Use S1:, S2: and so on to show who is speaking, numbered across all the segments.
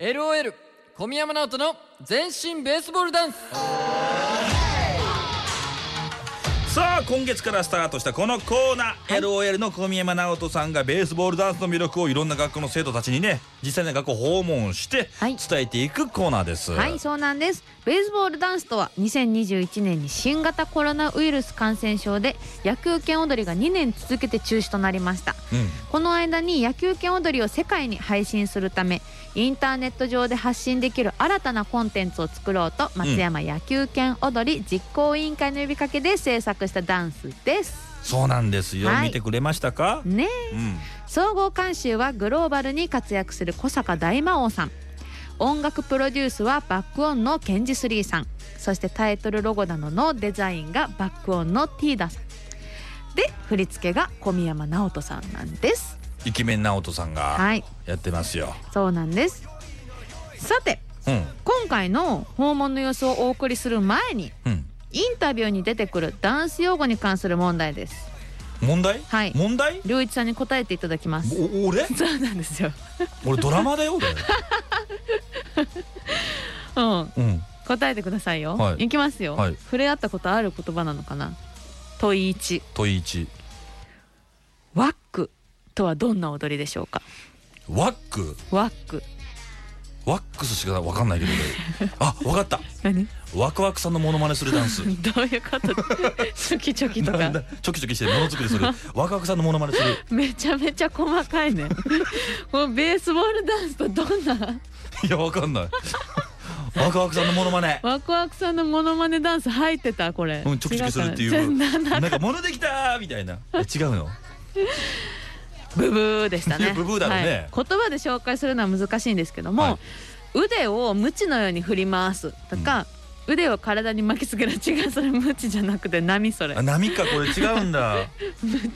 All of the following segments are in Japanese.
S1: LOL 小宮山直人の全身ベースボールダンス
S2: さあ今月からスタートしたこのコーナー、LOL の小宮山直人さんがベースボールダンスの魅力をいろんな学校の生徒たちにね実際に学校を訪問して
S3: はい
S2: 伝えていくコーナーです、
S3: はいそうなんですベースボールダンスとは2021年に新型コロナウイルス感染症で野球拳踊りが2年続けて中止となりました
S2: うん
S3: この間に野球拳踊りを世界に配信するためインターネット上で発信できる新たなコンテンツを作ろうと松山野球拳踊り実行委員会の呼びかけで制作したダンスです
S2: そうなんですよ、
S3: はい
S2: 見てくれましたか、
S3: ね
S2: うん、
S3: 総合監修はグローバルに活躍する小坂大魔王さん音楽プロデュースはバックオンのケンジスリーさんそしてタイトルロゴなどのデザインがバックオンのティーダさんで振り付けが小宮山直人さんなんです
S2: イケメン直人さんが
S3: はい
S2: やってますよ、
S3: そうなんですさて
S2: うん
S3: 今回の訪問の様子をお送りする前に
S2: うん
S3: インタビューに出てくるダンス用語に関する問題です
S2: 問題、
S3: はい
S2: 問題
S3: 龍一さんに答えていただきます
S2: お俺
S3: そうなんですよ
S2: 俺ドラマだよ俺
S3: うん
S2: うん
S3: 答えてくださいよ、
S2: はい
S3: い、きますよ、
S2: はい
S3: 触れ合ったことある言葉なのかな問い1
S2: 問い一
S3: ワックとはどんな踊りでしょうか
S2: ワック
S3: ワック
S2: ワックスしかわかんないけど俺あわかった
S3: 何ど
S2: ワクワクさんのモノマネするダンス
S3: ういう ことチョキチョキと
S2: なんだ
S3: か
S2: チョキチョキしてものづくり するワクワクさんのモノマネする
S3: めちゃめちゃ細かい ねこのベースボールダンスとどんない
S2: やわかんないワクワクさんのモノマ ネ
S3: ワクワクさんのモノマネダンス入ってたこれ、
S2: うんチョキチョキするっていう
S3: 違かな
S2: なんか物できたーみた いなえ違うの
S3: ブブーでした
S2: い
S3: ね
S2: や ブブーだろうね
S3: はい言葉で紹介するのは難しいんですけども、
S2: はい
S3: 腕をムチのように振り回すとか、腕を体に巻きつける違うそれムチじゃなくて波それ
S2: あ
S3: ム
S2: 波かこれ違うん だ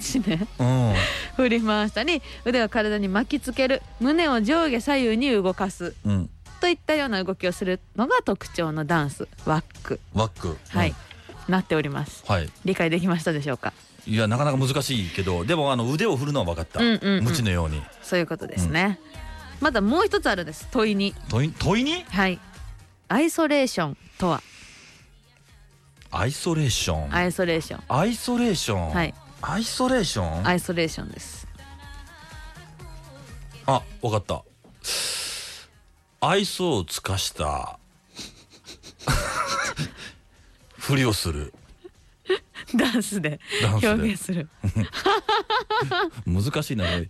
S3: チね
S2: うん
S3: 振り回したり腕を体に巻きつける胸を上下左右に動かす
S2: うん
S3: といったような動きをするのが特徴のダンスワック
S2: ワック
S3: はい、
S2: うん
S3: なっております
S2: はい
S3: 理解できましたでしょうか
S2: いやなかなか難しいけどでもあの腕を振るのは分かった
S3: うんうんうん
S2: 無知のように
S3: そういうことですね、まだもう一つあるんです問いに
S2: 問い問いに
S3: はいアイソレーションとは
S2: アイソレーション
S3: アイソレーション
S2: アイソレーション
S3: はい
S2: アイソレーション
S3: アイソレーションです
S2: あ、わかった。愛想をつかした。ふりをする。
S3: ダンスで
S2: ダンスで
S3: 表現する
S2: 難しいな、おい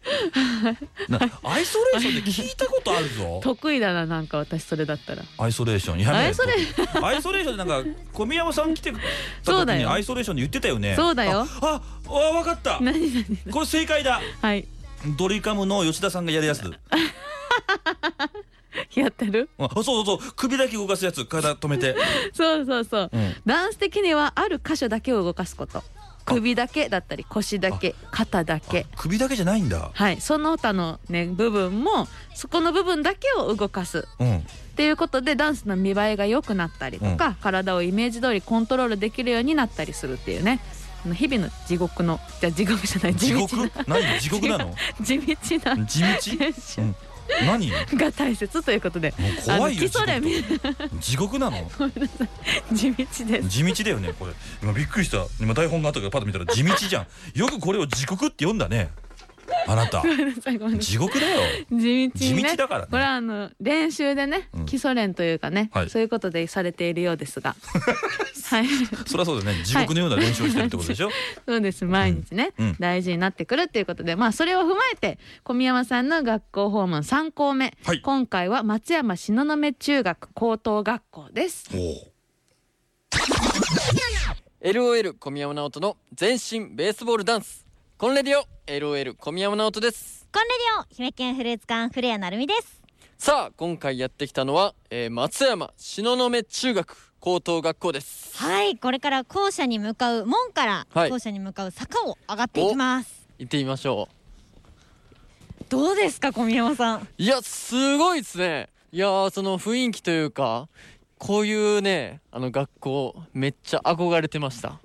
S2: なアイソレーションって聞いたことあるぞ。
S3: 得意だななんか私それだったら
S2: アイソレーション。やめ
S3: アイソレ
S2: ーアイソレーションってなんか、小宮山さん来てた
S3: そう
S2: 時
S3: だ
S2: に
S3: よ
S2: アイソレーションで言ってたよね。
S3: そうだよ
S2: あ。あ、あわかった。
S3: 何何
S2: これ正解だ。
S3: はい
S2: ドリカムの吉田さんがやるやつ。あ
S3: やってる
S2: そうそうそう。首だけ動かすやつ。体止めて。
S3: そうそうそう、
S2: うん
S3: ダンス的にはある箇所だけを動かすこと首だけだったり腰だけ肩だけ
S2: あ首だけじゃないんだ。
S3: はいその他のね部分もそこの部分だけを動かす
S2: うん。
S3: っていうことでダンスの見栄えが良くなったりとか、体をイメージ通りコントロールできるようになったりするっていうねあの日々の地獄のじゃあ地獄じゃない
S2: 地
S3: 地道な
S2: 獄何地獄なの
S3: 地道な
S2: 地道
S3: 練
S2: う
S3: 習
S2: ん何もう
S3: が大切ということで
S2: 怖い
S3: あの
S2: よ地
S3: 基礎練
S2: 獄と地獄なの
S3: 地道です
S2: 地道だよねこれ今びっくりした今台本があったからパッと見たら地道じゃんよくこれを地獄って読んだねあなた
S3: ごめんなさいごめんなさい
S2: 地獄だよ
S3: 地道に
S2: 地
S3: ね
S2: 道だからね
S3: これはあの練習でね、
S2: うん
S3: 基礎練というかね、
S2: はい
S3: そういうことでされているようで すがはい
S2: そりゃそうだね地獄のような練習をしてるってことでしょ
S3: そうです毎日ね、
S2: うんうん
S3: 大事になってくるっていうことでまあそれを踏まえて小宮山さんの学校訪問3校目、
S2: はい
S3: 今回は松山東雲中学高等学校です
S2: おお
S1: LOL 小宮山直人の全身ベースボールダンスコンレディオ LOL 小宮山直人です
S4: コンレディオ姫県フルーツ館古谷なるみです
S1: さあ今回やってきたのは、えー松山東雲中学高等学校です
S4: はいこれから校舎に向かう門から
S1: はい
S4: 校舎に向かう坂を上がっていきます、
S1: 行ってみましょ
S4: どうですか小宮山さん
S1: ういやすごいですねいやーその雰囲気というかこういうねあの学校めっちゃ憧れてました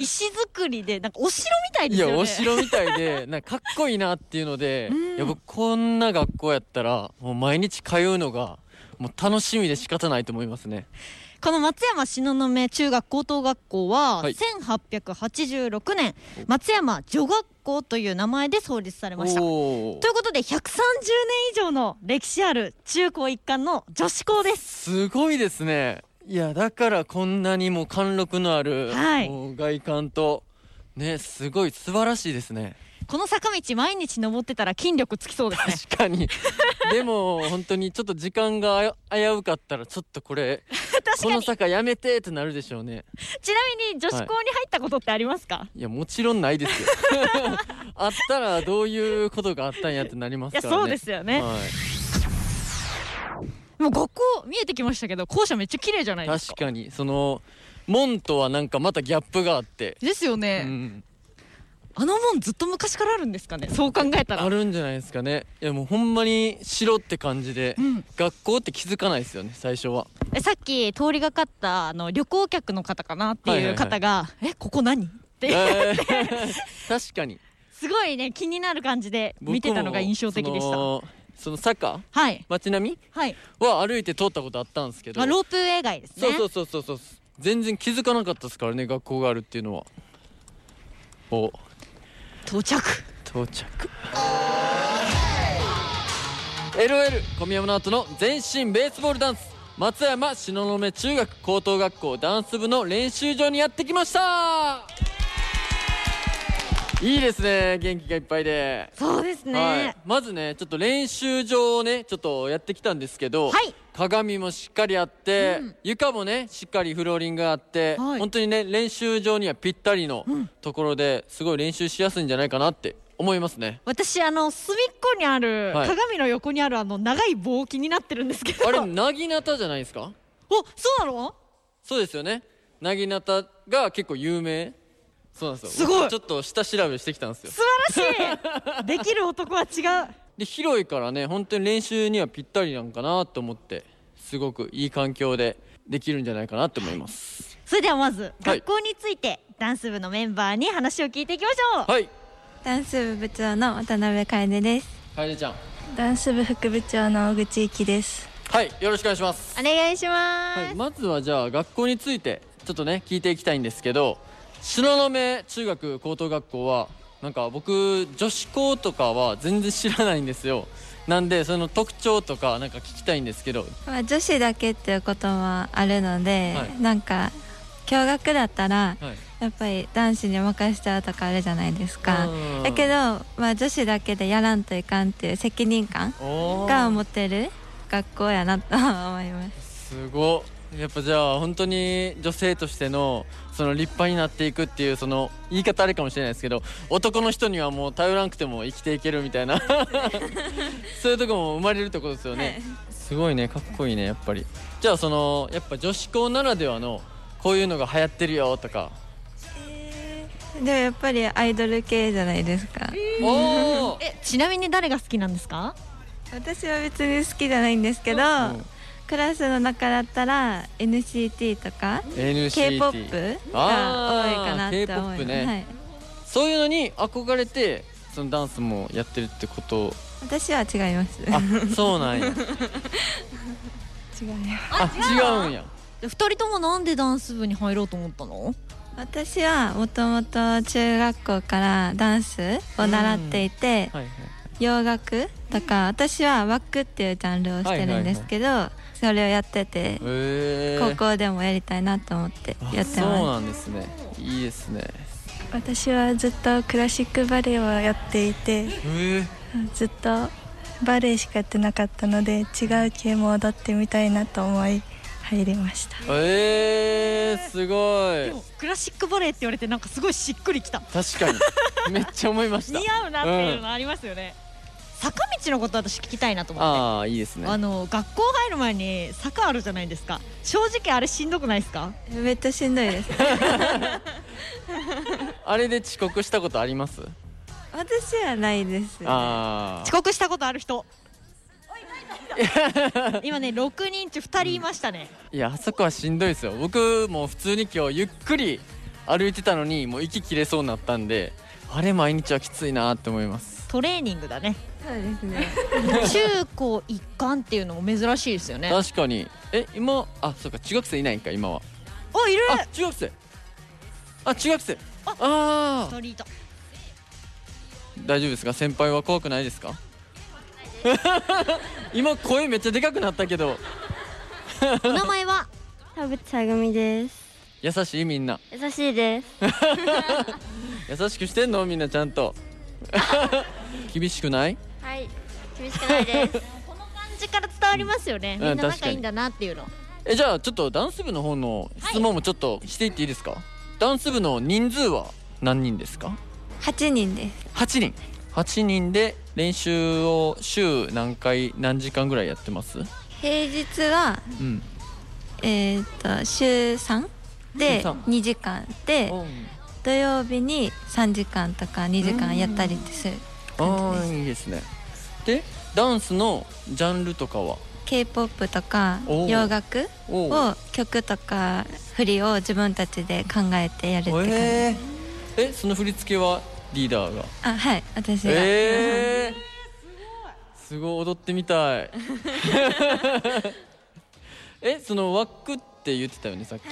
S4: 石造りでなんかお城みたいで
S1: い
S4: すよ
S1: や
S4: ね
S1: お城みたい でなんかかっこいいなっていうので、
S4: うん
S1: いや僕こんな学校やったらもう毎日通うのがもう楽しみで仕方ないと思いますね
S4: この松山東雲中学高等学校は
S1: はい
S4: 1886年、松山女学校という名前で創立されましたと
S1: おー
S4: いうことで130年以上の歴史ある中高一貫の女子校です
S1: すごいですねいやだからこんなにも貫禄のある、
S4: はい
S1: もう外観とねすごい素晴らしいですね
S4: この坂道毎日登ってたら筋力つきそうですね
S1: 確か にでも本当にちょっと時間があや危うかったらちょっとこ れこの坂やめてってなるでしょうね
S4: ちなみに女子校に入ったことってありますか、
S1: いやもちろんないですよ あったらどういうことがあったんやってなりま
S4: い
S1: す
S4: や
S1: からね
S4: そうですよね、
S1: は、
S4: もう学校見えてきましたけど校舎めっちゃ綺麗じゃないいですか
S1: 確かにその門とはなんかまたギャップがあって、
S4: ですよね、
S1: うん、
S4: あの門ずっと昔からあるんですかねそう考えたら
S1: あるんじゃないですかねいやもうほんまに城って感じで、
S4: うん
S1: 学校って気づかないですよね最初は
S4: えさっき通りがかったあの旅行客の方かなって
S1: はいはい
S4: い
S1: は
S4: う
S1: い
S4: 方が、えここ何って、
S1: え ー確かに
S4: すごいね気になる感じで
S1: 僕も
S4: 見てたのが印象的でし
S1: そ
S4: た
S1: のその坂
S4: はい
S1: 街並み
S4: はい、
S1: は歩いて通ったことあったんですけど
S4: まあ、ロープウェイ街ですね
S1: そうそうそうそうそう全然気づかなかったですからね学校があるっていうのはお
S4: 到着
S1: 到着 LL 小宮山の後の全身ベースボールダンス松山東雲中学高等学校ダンス部の練習場にやってきましたいいですね元気がいっぱいで、
S4: そうですね、
S1: はい、まずねちょっと練習場をねちょっとやってきたんですけど、
S4: はい
S1: 鏡もしっかりあって、
S4: うん
S1: 床もねしっかりフローリングがあって、
S4: はい
S1: 本当にね練習場にはぴったりのところですごい練習しやすいんじゃないかなって思いますね。
S4: 私あの隅っこにある、
S1: はい
S4: 鏡の横にあるあの長い棒気になってるんですけど
S1: あれなぎなたじゃないですか
S4: おそうなの
S1: そうですよねなぎなたが結構有名そうなんですよ
S4: すごい
S1: 僕ちょっと下調べしてきたんですよ
S4: 素晴らし いできる男は違う
S1: で広いからね本当に練習にはぴったりなんかなと思ってすごくいい環境でできるんじゃないかなと思います
S4: それではまず
S1: はい
S4: 学校についてダンス部のメンバーに話を聞いていきましょう、
S1: はい
S5: ダンス部部長の渡辺楓です。
S1: 楓ちゃん
S5: ダンス部副部長の小口幸です。
S1: はいよろしくお願いします
S4: お願いします、
S1: はい、まずはじゃあ学校についてちょっとね聞いていきたいんですけど東雲中学高等学校はなんか僕女子校とかは全然知らないんですよなんでその特徴とかなんか聞きたいんですけど
S5: まあ女子だけっていうこともあるので、
S1: はい
S5: なんか共学だったら
S1: はい
S5: やっぱり男子に任せちゃうとかあるじゃないですか
S1: うん。
S5: だけど、まあ女子だけでやらんといかんっていう責任感
S1: お
S5: が
S1: ー
S5: 持てる学校やなと思います。
S1: すごっやっぱじゃあ本当に女性としてのその立派になっていくっていうその言い方あれかもしれないですけど男の人にはもう頼らなくても生きていけるみた いなそういうとこも生まれるってことですよね、すごいねかっこいいねやっぱりじゃあそのやっぱ女子校ならではのこういうのが流行ってるよとか、
S5: でもやっぱりアイドル系じゃないですか。
S1: おお
S4: えちなみに誰が好きなんですか
S5: 私は別に好きじゃないんですけど、クラスの中だったら NCT とか
S1: NCT
S5: K-POP が多いかなって思いま
S1: K-POP
S5: す、
S1: ね
S5: はい、
S1: そういうのに憧れてそのダンスもやってるってこと
S5: 私は違います
S1: あそうなん や
S5: 違います
S1: あ違うんや
S4: 二人ともなんでダンス部に入ろうと思ったの
S5: 私はもともと中学校からダンスを習っていて、
S1: はいはい
S5: 洋楽とか私はワックっていうジャンルをしてるんですけど、それをやってて、
S1: えー、
S5: 高校でもやりたいなと思ってやって
S1: あそう
S5: ま
S1: なんですねいいですね
S5: す私はずっとクラシックバレエをやっていて
S1: えー、
S5: ずっとバレエしかやってなかったので違う系も踊ってみたいなと思い入りました
S1: えー、す
S4: で
S1: ごい
S4: もクラシックバレエって言われてなんかすごいしっくりきた
S1: 確か にめっちゃ思いまし
S4: 似
S1: た
S4: 合うなっていうのありますよね、坂道のこと私聞きたいなと思って
S1: ああいいですね
S4: あの学校入る前に坂あるじゃないですか正直あれしんどくないですか
S5: めっちゃしんどい です
S1: あれで遅刻したことあります
S5: 私はないです
S1: ああ
S4: 遅刻したことある人今ね6人中2人いましたね、
S1: いやあそこはしんどいですよ僕も普通に今日ゆっくり歩いてたのにもう息切れそうになったんであれ毎日はきついなって思います
S4: トレーニングだ ね
S5: そうですね。
S4: 中高一貫っていうのも珍しいですよね
S1: 確かにえ今あそうか中学生いないんか今は
S4: おいる
S1: あ中学生あ中学生
S4: あ
S1: ああ
S4: 2人いた
S1: 大丈夫ですか先輩は怖くないですか今声めっちゃでかくなったけど
S4: お名前は
S5: 田淵さぐみです。
S1: 優しいみんな
S5: 優しいです。
S1: 優しくしてんのみんなちゃん と厳しくない
S5: はい。厳しくないです。
S4: この感じから伝わりますよね、
S1: うん
S4: みんな
S1: 確か
S4: 仲
S1: に
S4: いいんだなっていうの
S1: えじゃあちょっとダンス部の方の質問もちょっとしていっていいですか、ダンス部の人数は何人ですか
S5: 八人です。
S1: 8人8人で練習を週何回何時間ぐらいやってます
S5: 平日は
S1: うん
S5: えっ、と週三で
S1: 週三
S5: 二時間で土曜日に三時間とか二時間やったりってする。
S1: ああいいですねでダンスのジャンルとかは
S5: K-POP とか
S1: おー
S5: 洋楽
S1: おー
S5: を曲とか振りを自分たちで考えてやるって感じ。
S1: えー、えその振り付けはリーダーが
S5: あはい私が。
S1: えー、すごい踊ってみたい えそのワックって言ってたよねさっき、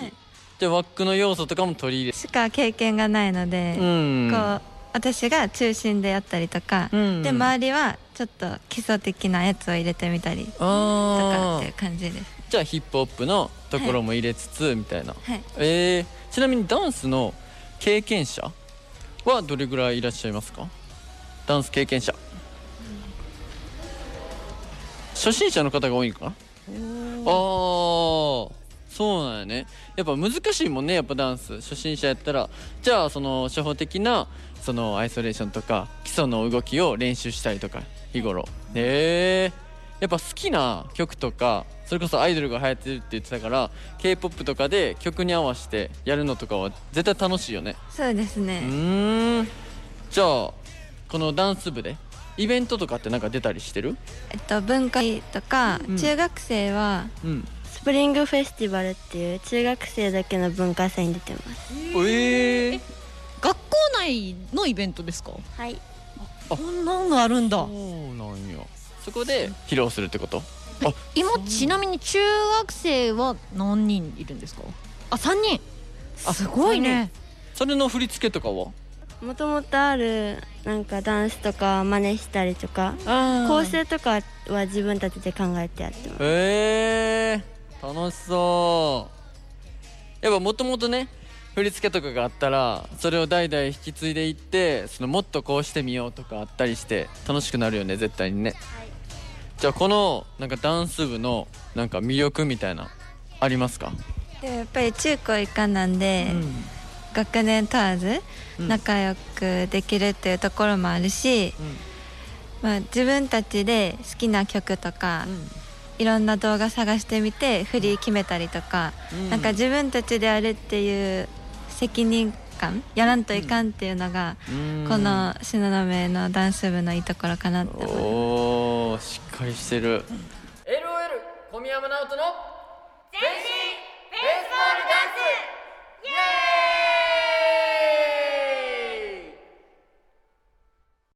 S1: じゃあワックの要素とかも取り入れ
S5: しか経験がないので、
S1: うん
S5: こう私が中心でやったりとか、
S1: うん
S5: で周りはちょっと基礎的なやつを入れてみたりとか
S1: あ
S5: って
S1: ー
S5: いう感じです
S1: じゃあヒップホップのところも入れつつ、みたいな
S5: はい
S1: えー、ちなみにダンスの経験者はどれぐらいいらっしゃいますかダンス経験者初心者の方が多いのかなあーそうなんやねやっぱ難しいもんねやっぱダンス初心者やったらじゃあその初歩的なそのアイソレーションとか基礎の動きを練習したりとか日頃へえやっぱ好きな曲とかそれこそアイドルが流行ってるって言ってたから k p o p とかで曲に合わせてやるのとかは絶対楽しいよね
S5: そうです
S1: う
S5: ね
S1: ーんじゃあこのダンス部でイベントとかってなんか出たりしてる
S5: えっと文化祭とか、
S1: うん
S5: 中学生は
S1: うん
S6: スプリングフェスティバルっていう中学生だけの文化祭に出てます
S1: ええ
S4: 学校内のイベントですか
S6: はい
S1: あ
S4: こんなのあるんだ
S1: そうなんやそこで披露するってこと
S4: 今ちなみに中学生は何人いるんですかあ三人
S1: あ
S4: すごいね
S1: それの振り付けとかは
S6: もともとあるなんかダンスとか真似したりとか
S1: あ
S6: 構成とかは自分たちで考えてやってます
S1: へえー、楽しそうやっぱもともとね振り付けとかがあったらそれを代々引き継いでいってそのもっとこうしてみようとかあったりして楽しくなるよね絶対にね、じゃあこのなんかダンス部のなんか魅力みたいなありますか、
S5: でもやっぱり中高一貫なんで、学年問わず
S1: うん
S5: 仲良くできるっていうところもあるし、まあ、自分たちで好きな曲とか、いろんな動画探してみて振り決めたりとか、なんか自分たちでやるっていう責任感やらんといかんっていうのが、この東雲のダンス部のいいところかなって思います。
S1: おおしっかりしてる LOL 小宮山直人の
S7: 全身ベースボールダンスイエーイ